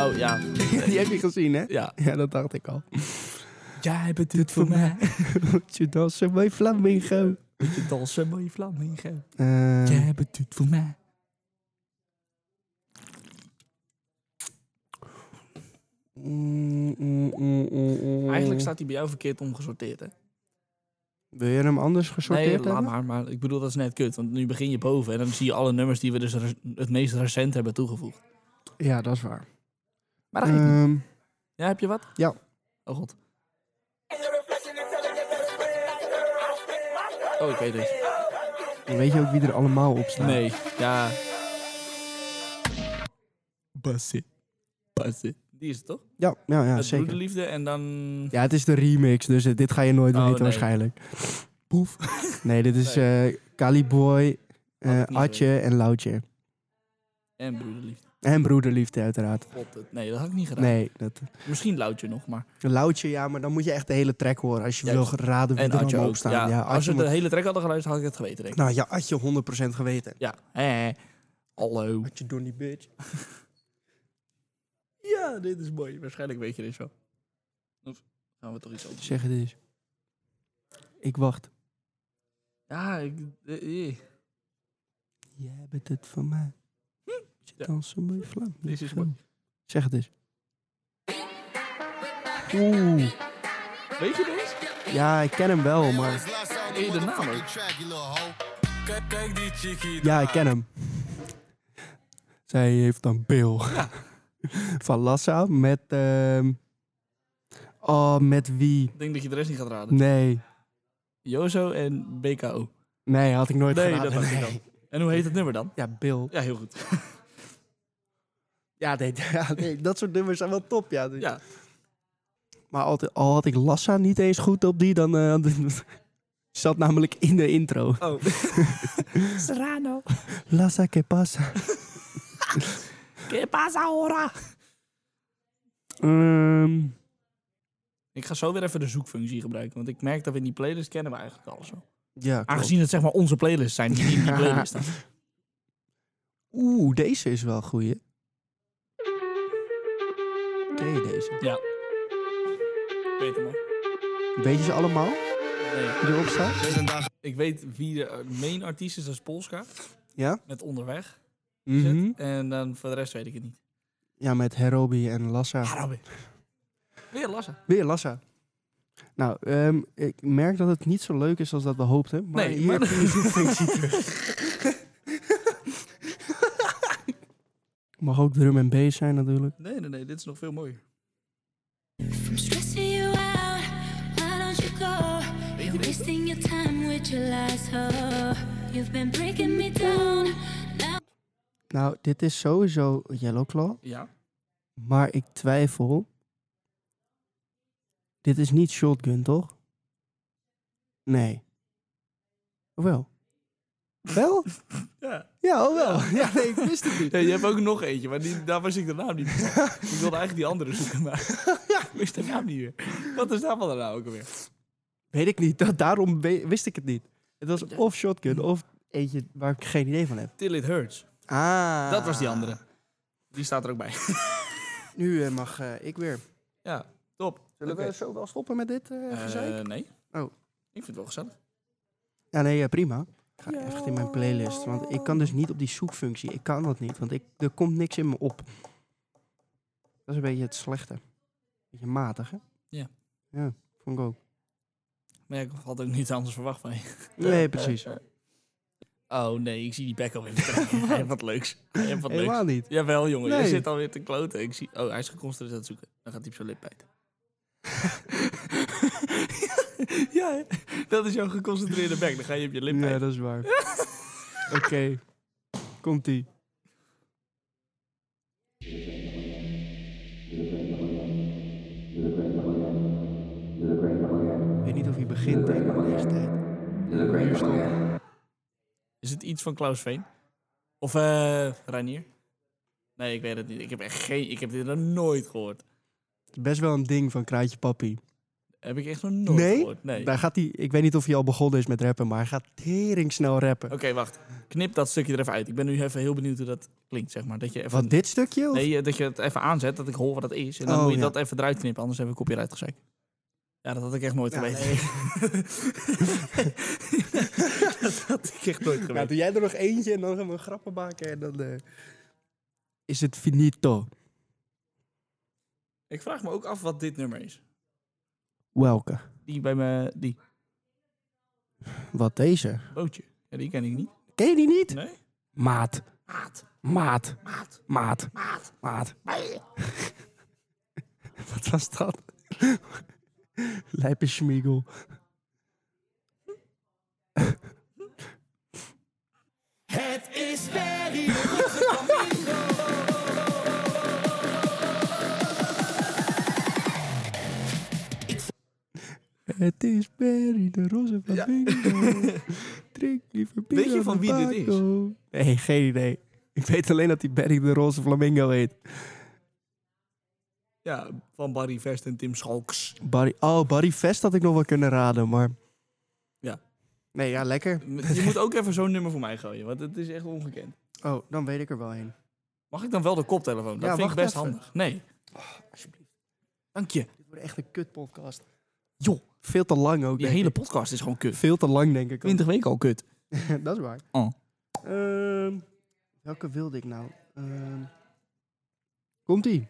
S1: Oh ja,
S2: Die heb je gezien, hè?
S1: ja.
S2: Ja, dat dacht ik al.
S1: Jij bent het voor mij.
S2: Moet je dansen, mooi flamingo.
S1: Moet je dansen, mooie flamingo.
S2: Eh,
S1: Jij bent het voor mij.
S2: mm, mm, mm, mm, mm.
S1: Eigenlijk staat hij bij jou verkeerd omgesorteerd, hè?
S2: Wil je hem anders gesorteerd
S1: nee, laat
S2: hebben?
S1: maar. Maar ik bedoel, dat is net kut. Want nu begin je boven en dan zie je alle nummers die we dus re- het meest recent hebben toegevoegd.
S2: Ja, dat is waar.
S1: Maar dat geeft niet.
S2: Ehm,
S1: Eh, Ja, heb je wat?
S2: ja.
S1: Oh god. Oh, ik weet het.
S2: Weet je ook wie er allemaal op staat?
S1: Nee, ja. Bassi. Bassi. Die is het toch?
S2: Ja, ja, ja
S1: het
S2: zeker.
S1: broederliefde en dan...
S2: Ja, het is de remix, dus eh, dit ga je nooit
S1: Oh,
S2: weten
S1: nee.
S2: waarschijnlijk.
S1: Poef.
S2: Nee, dit is eh Caliboy, eh,
S1: Had ik niet
S2: Atje en Loutje.
S1: En broederliefde.
S2: En Broederliefde uiteraard.
S1: God, dat- nee, dat had ik niet gedaan.
S2: Nee, dat...
S1: Misschien Loutje nog, maar...
S2: Loutje, ja, maar dan moet je echt de hele track horen als je
S1: Ja,
S2: wil raden wie
S1: En
S2: er
S1: Adje
S2: allemaal
S1: ook.
S2: op staat.
S1: ja,
S2: Ja,
S1: als
S2: Atje
S1: we
S2: moet-
S1: de hele track hadden geluisterd, had ik het geweten, denk ik.
S2: Nou ja, Atje 100% geweten.
S1: Ja. Hé, Hallo.
S2: Atje Donnie Bitch.
S1: Ja, dit is mooi. Waarschijnlijk weet je dit wel. Of gaan we toch iets anders
S2: Zeg het eens. Ik wacht.
S1: Ja, ik... eh, eh.
S2: Jij bent het van mij. Hm? Je
S1: Ja.
S2: dansen met vlam.
S1: Dit is mooi.
S2: Zeg het eens. Oeh.
S1: Weet je deze?
S2: Ja, ik ken hem wel, maar...
S1: Ken je de naam ook?
S2: Ja, ik ken hem. Zij heeft dan Bill. Van Lassa met... ehm, Oh, met wie?
S1: Ik denk dat je de rest niet gaat raden.
S2: Nee.
S1: Jozo en BKO.
S2: Nee, had ik nooit
S1: Nee,
S2: geraden.
S1: dat had ik niet. En hoe heet het nummer dan?
S2: Ja, Bill.
S1: Ja, heel goed.
S2: Ja, nee, ja, nee, dat soort nummers zijn wel top, ja.
S1: Ja.
S2: Maar altijd, al had ik Lassa niet eens goed op die, dan... eh, zat namelijk in de intro.
S1: Oh.
S2: Serrano. Lassa que pasa.
S1: Que pasa hora?
S2: Ehm,
S1: Ik ga zo weer even de zoekfunctie gebruiken. Want ik merk dat we in die playlist kennen we eigenlijk alles al.
S2: ja, klopt.
S1: Aangezien het zeg maar onze playlist zijn die niet in die playlist staan.
S2: Oeh, deze is wel goeie. Ken je deze?
S1: Weet hem al.
S2: Weet je ze allemaal
S1: Nee.
S2: die erop staan?
S1: Ik weet wie de eh, main artiest is, dat is Polska.
S2: Ja?
S1: Met Onderweg. zit.
S2: Mhm.
S1: En dan voor de rest weet ik het niet.
S2: Ja, met Herobi en Lassa.
S1: Arabi. Weer Lassa.
S2: Weer Lassa. Nou, ehm, ik merk dat het niet zo leuk is als dat we hoopten. Maar
S1: Nee,
S2: hier
S1: maar-
S2: heb je de zoekfunctie terug. Mag ook drum en bass zijn natuurlijk.
S1: Nee, nee, nee. Dit is nog veel mooier.
S6: From stressing you out, why don't you go? You're wasting your time with your lies, oh. You've been breaking me down. Now
S2: Nou, dit is sowieso Yellow Claw.
S1: Ja.
S2: Maar ik twijfel. Dit is niet Shotgun, toch? Nee. Of wel? Wel?
S1: Ja.
S2: Ja, oh wel. Ja, nee, ik wist het niet.
S1: je hebt ook nog eentje, maar die, daar was ik de naam niet van. Ik wilde eigenlijk die andere zoeken, maar ik wist de naam niet meer. Wat is daarvan dan nou ook alweer?
S2: Weet ik niet. Dat, daarom we- wist ik het niet. Het was of Shotgun of eentje waar ik geen idee van heb.
S1: Till It Hurts.
S2: Ah.
S1: Dat was die andere. Die staat er ook bij.
S2: Nu eh, mag eh, ik weer.
S1: Ja, top.
S2: Zullen
S1: Oké.
S2: we zo wel stoppen met dit eh, gezeik?
S1: Eh, nee.
S2: Oh.
S1: Ik vind het wel gezellig.
S2: Ja, nee, ja, prima. Ik ga echt in mijn playlist. Want ik kan dus niet op die zoekfunctie. Ik kan dat niet, want ik, er komt niks in me op. Dat is een beetje het slechte. Beetje matig, hè?
S1: Ja.
S2: Ja, vond ik ook.
S1: Maar ja, ik had ook niet anders verwacht van je.
S2: Nee, precies.
S1: Oh nee, ik zie die back alweer vertrekken. Hij heeft wat leuks. Hij heeft wat leuks.
S2: Helemaal niet.
S1: Jawel jongen, je
S2: Nee.
S1: zit alweer te kloten. Ik zie... Oh, hij is geconcentreerd aan het zoeken. Dan gaat hij op zijn lip bijten. ja, hè? dat is jouw geconcentreerde bek. Dan ga je op je lip
S2: Ja,
S1: bijten.
S2: dat is waar. Oké. Komt-ie. Ik weet niet of hij begint denk ik, aan deze tijd. Hier stopt.
S1: Is het iets van Klaus Veen? Of eh Reinier? Nee, ik weet het niet. Ik heb echt geen... Ik heb dit nog nooit gehoord.
S2: Het is Best wel een ding van Kraatje Papi.
S1: Heb ik echt nog nooit
S2: Nee?
S1: gehoord. Nee?
S2: Daar gaat hij, ik weet niet of hij al begonnen is met rappen, maar hij gaat tering snel rappen.
S1: Oké, wacht. Knip dat stukje er even uit. Ik ben nu even heel benieuwd hoe dat klinkt, zeg maar. Dat je even...
S2: Wat, dit stukje? of-
S1: Nee, eh, dat je het even aanzet, dat ik hoor wat dat is. En dan
S2: Oh,
S1: moet je
S2: ja.
S1: dat even eruit knippen, anders heb ik copyright gezeik. Ja, dat had ik echt nooit
S2: Ja,
S1: geweten. dat had ik echt nooit
S2: Nou,
S1: geweten.
S2: doe jij er nog eentje en dan gaan we grappen maken en dan... eh, Is het finito?
S1: Ik vraag me ook af wat dit nummer is.
S2: Welke?
S1: Die bij me, die
S2: Wat deze?
S1: bootje. Ja, die ken ik niet.
S2: Ken je die niet?
S1: Nee?
S2: Maat.
S1: Maat.
S2: Maat. Maat. Maat. Maat. Wat was dat? Lijpe schmiegel. Het is Perry de roze van
S1: Ja.
S2: Bingo. Drink liever bier
S1: Weet je van wie dit is?
S2: is? Nee, geen idee. Ik weet alleen dat die Perry de roze flamingo heet.
S1: Ja, van Barry Vest en Tim Schalks.
S2: Barry, oh, Barry Vest had ik nog wel kunnen raden, maar...
S1: Ja.
S2: Nee, ja, lekker.
S1: Je moet ook even zo'n nummer voor mij gooien, want het is echt ongekend.
S2: Oh, dan weet ik er wel een.
S1: Mag ik dan wel de koptelefoon? Dat
S2: Ja,
S1: vind ik
S2: wacht
S1: best
S2: even.
S1: handig. Nee. Oh,
S2: alsjeblieft.
S1: Dank je.
S2: Dit wordt echt een kutpodcast.
S1: Joh,
S2: Veel te lang ook,
S1: die
S2: denk
S1: hele
S2: ik.
S1: podcast is gewoon kut.
S2: Veel te lang, denk ik. ook.
S1: 20 weken al kut.
S2: dat is waar.
S1: Oh.
S2: Ehm, welke wilde ik nou? Ehm, Komt-ie.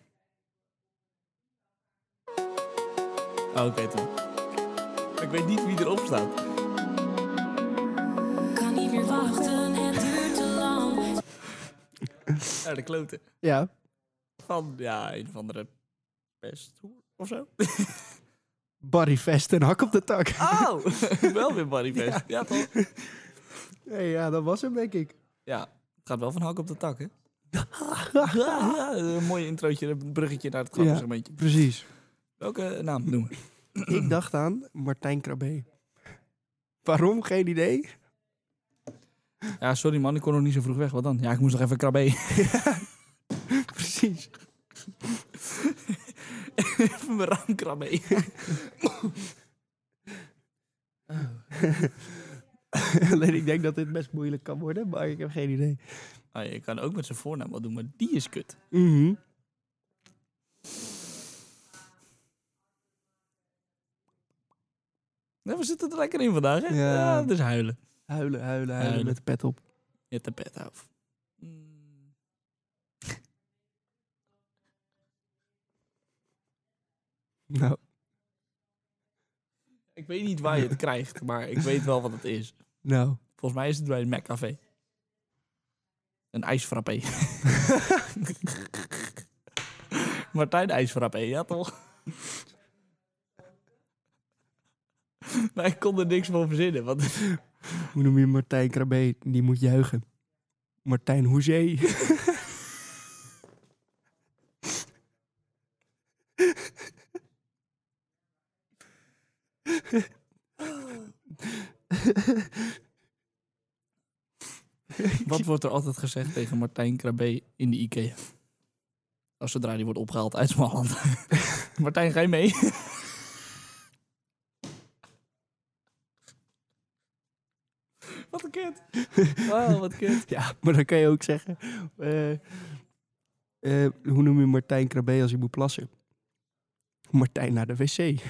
S1: Oh, ik weet het. Maar Ik weet niet wie erop staat.
S6: kan niet meer wachten, het duurt te lang.
S1: Ja, de kloten.
S2: Ja.
S1: Van, ja, een of andere pest of zo.
S2: Barry Vest en Hak op de Tak.
S1: Oh, wel weer Barry Vest. Ja. toch?
S2: Nee, ja, dat was hem, denk ik.
S1: Ja, het gaat wel van hak op de tak, hè? een mooi introotje, een bruggetje naar het
S2: Ja.
S1: grappensegmentje.
S2: Precies.
S1: Welke naam noemen?
S2: ik dacht aan Martijn Krabbe. Waarom? Geen idee.
S1: Ja, sorry man, ik kon nog niet zo vroeg weg. Wat dan? Ja, ik moest nog even krabbe.
S2: Precies.
S1: even mijn raam krabbe.
S2: Alleen ik denk dat dit best moeilijk kan worden, maar ik heb geen idee.
S1: Ah, je kan ook met zijn voornaam wat doen, maar die is kut.
S2: Mhm.
S1: Nou, we zitten er lekker in vandaag, hè?
S2: Ja.
S1: Ja, dus huilen.
S2: Huilen, huilen, huilen
S1: Huilen.
S2: met de pet op.
S1: Je hebt de pet af. Mm.
S2: Nou,
S1: Ik weet niet waar je het krijgt, maar ik weet wel wat het is.
S2: nou.
S1: Volgens mij is het bij een McCafé. Een ijsfrappé. Martijn ijsfrappé, ja toch? maar ik kon er niks van verzinnen. Want
S2: Hoe noem je Martijn Krabbe? Die moet juichen. Martijn Hoezee.
S1: wat wordt er altijd gezegd tegen Martijn Krabbe in de Ikea? Als zodra die wordt opgehaald uit Smalland. Martijn, ga je mee? wat een kut. Wow, wat kut.
S2: Ja, maar dan kan je ook zeggen. eh, eh, hoe noem je Martijn Krabbe als hij moet plassen? Martijn naar de wc.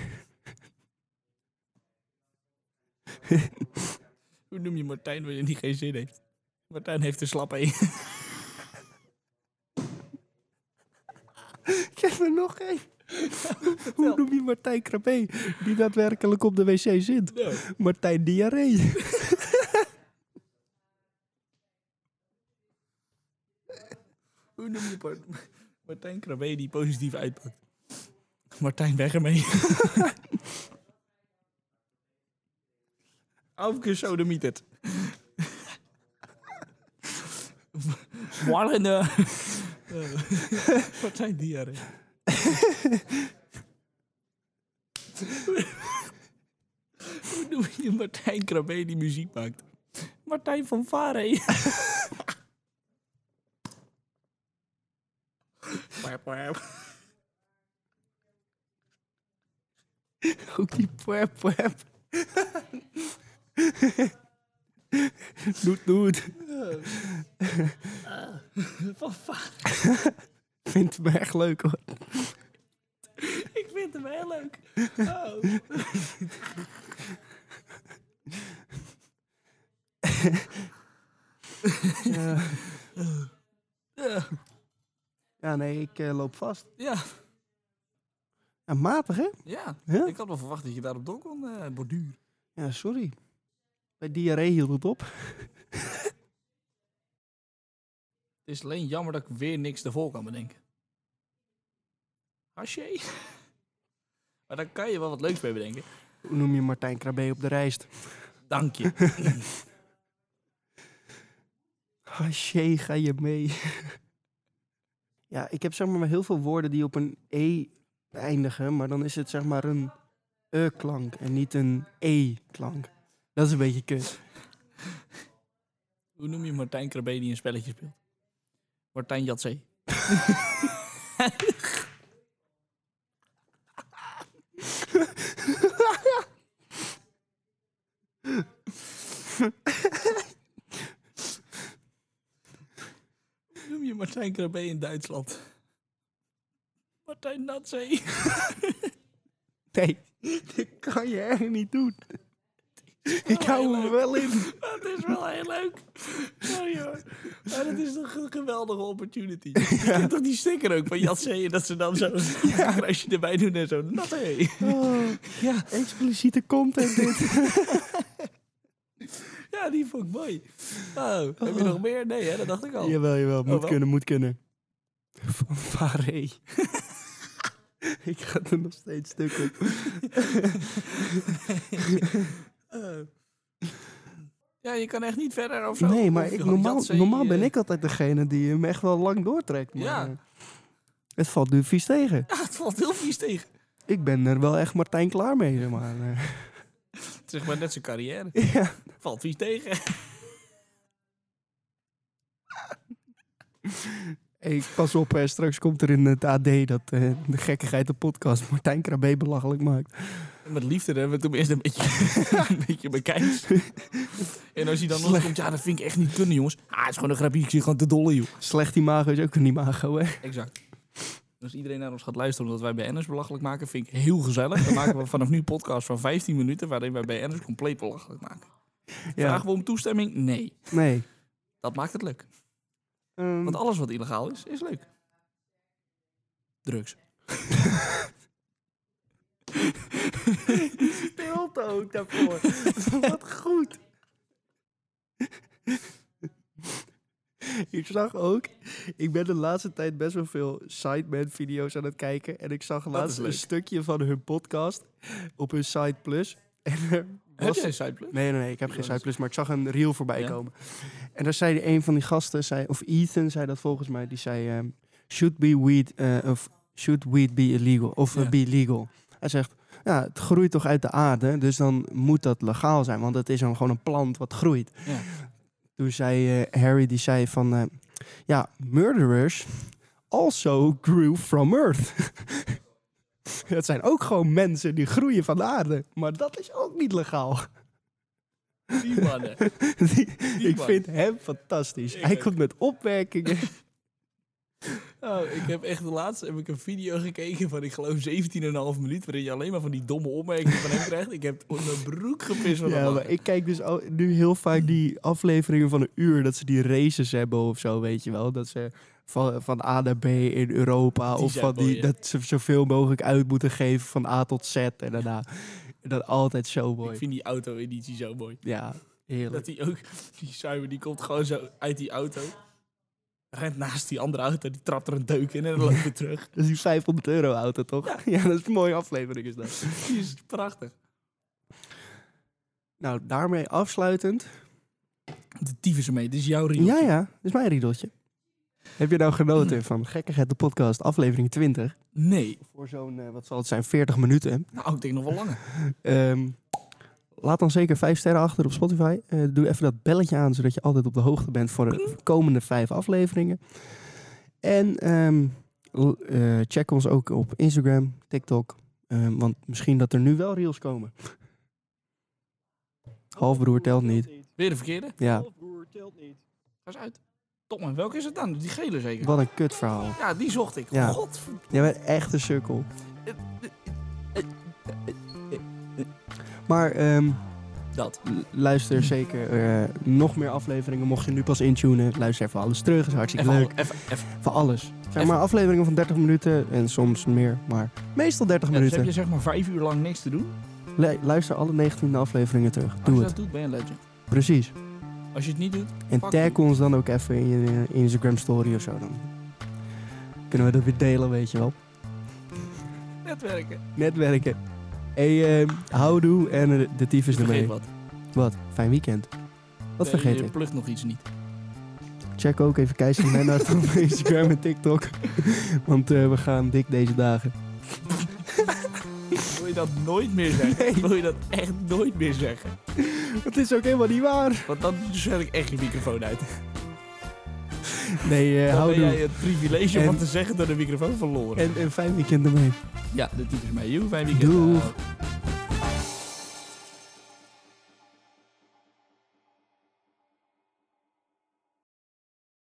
S1: Hoe noem je Martijn wanneer die geen zin heeft? Martijn heeft een slap E. één.
S2: Ik heb er nog één. Hoe noem je Martijn Krabbe die daadwerkelijk op de wc zit? Martijn Diarree.
S1: Hoe noem je Mar- Martijn Krabbe die positief uitpakt? Martijn, weg ermee. Afke sodemietert. Morgen eh, eh, Martijn diarree. Hoe noem je Martijn Krabbe die muziek maakt? Martijn van Varen.
S2: Ook die pwep pwep. Doet, doet.
S1: Van Varen.
S2: Vindt me echt leuk hoor.
S1: Ik vind hem heel leuk. Oh.
S2: Ja, nee, ik eh, loop vast.
S1: Eh, Ja,
S2: Ja, matig hè?
S1: ja.
S2: Ja?
S1: Ik had wel verwacht dat je daarop door kon eh borduur.
S2: Ja, sorry. Bij diarree hield het op.
S1: Het is alleen jammer dat ik weer niks ervoor kan bedenken. Haché? Maar dan kan je wel wat leuks mee bedenken.
S2: Hoe noem je Martijn Krabbe op de rijst?
S1: Dank je.
S2: Haché, Ah, ga je mee? ja, ik heb zeg maar heel veel woorden die op een E eindigen, maar dan is het zeg maar een E-klank en niet een E-klank. Dat is een beetje kut.
S1: Hoe noem je Martijn Krabbe die een spelletje speelt? Martijn Jatzee. Hoe noem je Martijn Krabbe in Duitsland? Martijn Natzee.
S2: Nee, dit kan je echt niet doen. Ik hou hem wel in.
S1: Dat is wel heel leuk. Sorry hoor. Maar dat is toch een geweldige opportunity. Je kent toch die sticker ook van Jatzee en dat ze dan zo'n kruisje erbij doen en zo. Natzee.
S2: Oh,
S1: Ja.
S2: expliciete content dit.
S1: ja, die vond ik mooi. Oh, heb je nog meer? Nee hè, dat dacht ik al.
S2: Oh, Jawel, jawel. Moet
S1: wel?
S2: kunnen, moet kunnen. Van Faré. Ik ga er nog steeds stuk op.
S1: Oh. ja, je kan echt niet verder of zo.
S2: Nee, maar
S1: Of
S2: ik,
S1: Jan
S2: normaal,
S1: Jansen,
S2: normaal
S1: eh,
S2: ben ik altijd degene die hem echt wel lang doortrekt. Maar
S1: Ja.
S2: eh, Het valt nu vies tegen.
S1: Ja, Ah, het valt heel vies tegen.
S2: Ik ben er wel echt Martijn klaar mee, zeg maar. eh.
S1: Het is Zeg maar net zijn carrière.
S2: ja.
S1: Valt vies tegen.
S2: Hey, pas op, hè, straks komt er in het AD dat eh, de gekkigheid de podcast Martijn Krabbe belachelijk maakt.
S1: En Met liefde hebben we toen eerst een beetje, een beetje bekijkt. En als hij dan nog
S2: Slecht.
S1: komt, ja, dat vind ik echt niet kunnen, jongens. Ah, het is gewoon een grapje, ik zit gewoon te dolle, joh.
S2: Slecht imago is ook een imago, hè?
S1: Exact. Als iedereen naar ons gaat luisteren omdat wij BN'ers belachelijk maken, vind ik heel gezellig. Dan maken we vanaf nu een podcast van 15 minuten waarin wij BN'ers compleet belachelijk maken. Vragen we om toestemming? Nee.
S2: Nee.
S1: Dat maakt het leuk.
S2: Ehm,
S1: Want alles wat illegaal is, is leuk. Drugs.
S2: stilte ook daarvoor. Wat goed. Ik zag ook, ik ben de laatste tijd best wel veel Sideman-video's aan het kijken. En ik zag laatst
S1: leuk.
S2: een stukje van hun podcast op hun Side Plus. En er
S1: Heb
S2: was-
S1: jij een sideplug?
S2: Nee, nee, nee, ik heb geen
S1: Oh,
S2: Side Plus, maar ik zag een reel voorbij
S1: Ja.
S2: komen. En daar zei een van die gasten, zei, of Ethan zei dat volgens mij, die zei... ehm, should, be weed, eh, of should weed be illegal? Of eh,
S1: Ja.
S2: be legal? Hij zegt, ja, het groeit toch uit de aarde, dus dan moet dat legaal zijn. Want het is dan gewoon een plant wat groeit.
S1: Ja.
S2: Toen zei eh, Harry, die zei van... eh, ja, murderers also grew from earth. Het zijn ook gewoon mensen die groeien van de aarde. Maar dat is ook niet legaal.
S1: Die mannen.
S2: Die- ik
S1: man.
S2: vind hem fantastisch.
S1: Ik
S2: Hij
S1: ook.
S2: komt met opmerkingen.
S1: Oh, ik heb echt laatst heb ik een video gekeken van ik geloof 17,5 minuut waarin je alleen maar van die domme opmerkingen van hem krijgt. Ik heb onder mijn broek gepist van
S2: ja,
S1: ja,
S2: maar ik kijk dus al- nu heel vaak die afleveringen van een uur dat ze die races hebben of zo, weet je wel. Dat ze van, van A naar B in Europa
S1: Die
S2: of
S1: zijn
S2: van die,
S1: mooi, hè?
S2: dat ze zoveel mogelijk uit moeten geven van A tot Z en daarna. En dat altijd zo mooi.
S1: Ik vind die auto-editie zo mooi.
S2: Ja, heerlijk.
S1: Dat hij ook, die cyber die komt gewoon zo uit die auto. Rent naast die andere auto, die trapt er een deuk in en dan loopt hij terug.
S2: Dat is die 500 euro auto, toch? Ja, dat is een mooie aflevering is dat.
S1: Die is prachtig.
S2: Nou, daarmee afsluitend.
S1: De tyfus ermee, dit is jouw riedeltje.
S2: Ja, ja, dat is mijn riedeltje. Heb je nou genoten van Gekkigheid de podcast, aflevering 20?
S1: Nee.
S2: voor zo'n, eh, wat zal het zijn, 40 minuten.
S1: Nou, ik denk nog wel langer.
S2: Ehm, laat dan zeker vijf sterren achter op Spotify. Eh, doe even dat belletje aan, zodat je altijd op de hoogte bent voor de komende vijf afleveringen. En ehm, l- eh, check ons ook op Instagram, TikTok. ehm, want misschien dat er nu wel reels komen. Halfbroer telt niet.
S1: Weer de verkeerde.
S2: Ja,
S1: Ga eens uit. Tom, en welke is het dan? Die gele zeker?
S2: wat een kutverhaal.
S1: Ja, die zocht ik.
S2: Ja.
S1: God.
S2: Jij bent echt een sukkel. Maar ehm,
S1: Dat.
S2: L- Luister zeker eh, nog meer afleveringen. Mocht je nu pas intunen, luister even alles terug. Is hartstikke
S1: Even,
S2: leuk.
S1: al- even, even.
S2: Van alles. Het zijn
S1: Even-
S2: maar afleveringen van 30 minuten en soms meer, maar meestal 30
S1: Ja, dus
S2: minuten.
S1: heb je zeg maar vijf uur lang niks te doen?
S2: Lu- Luister alle 19 afleveringen terug.
S1: Als
S2: Doe
S1: je
S2: het.
S1: Oh, dat doet, ben je een legend.
S2: Precies.
S1: Als je het niet doet,
S2: En
S1: Fuck
S2: tag
S1: you.
S2: ons dan ook even in je eh, Instagram story of zo. Dan kunnen we dat weer delen, weet je wel.
S1: netwerken.
S2: Netwerken. Hey, ehm houdoe en eh, de tief is
S1: Vergeet
S2: ermee.
S1: wat.
S2: Wat? Fijn weekend. Wat
S1: Nee,
S2: vergeet
S1: je
S2: ik?
S1: plukt nog iets niet.
S2: Check ook even Keizer Lennart op Instagram en TikTok. Want eh, we gaan dik deze dagen.
S1: Wil je dat nooit meer zeggen?
S2: Nee.
S1: Wil je dat echt nooit meer zeggen?
S2: Het is ook helemaal niet waar.
S1: Want dan zet ik echt je microfoon uit.
S2: Nee,
S1: Dan ben
S2: eh houdoe.
S1: jij het privilege om
S2: En- eh?
S1: wat te zeggen door de microfoon verloren.
S2: En, en fijn weekend ermee.
S1: Ja, dat is dus mij. Joe, fijn weekend.
S2: Doeg.
S1: Eh,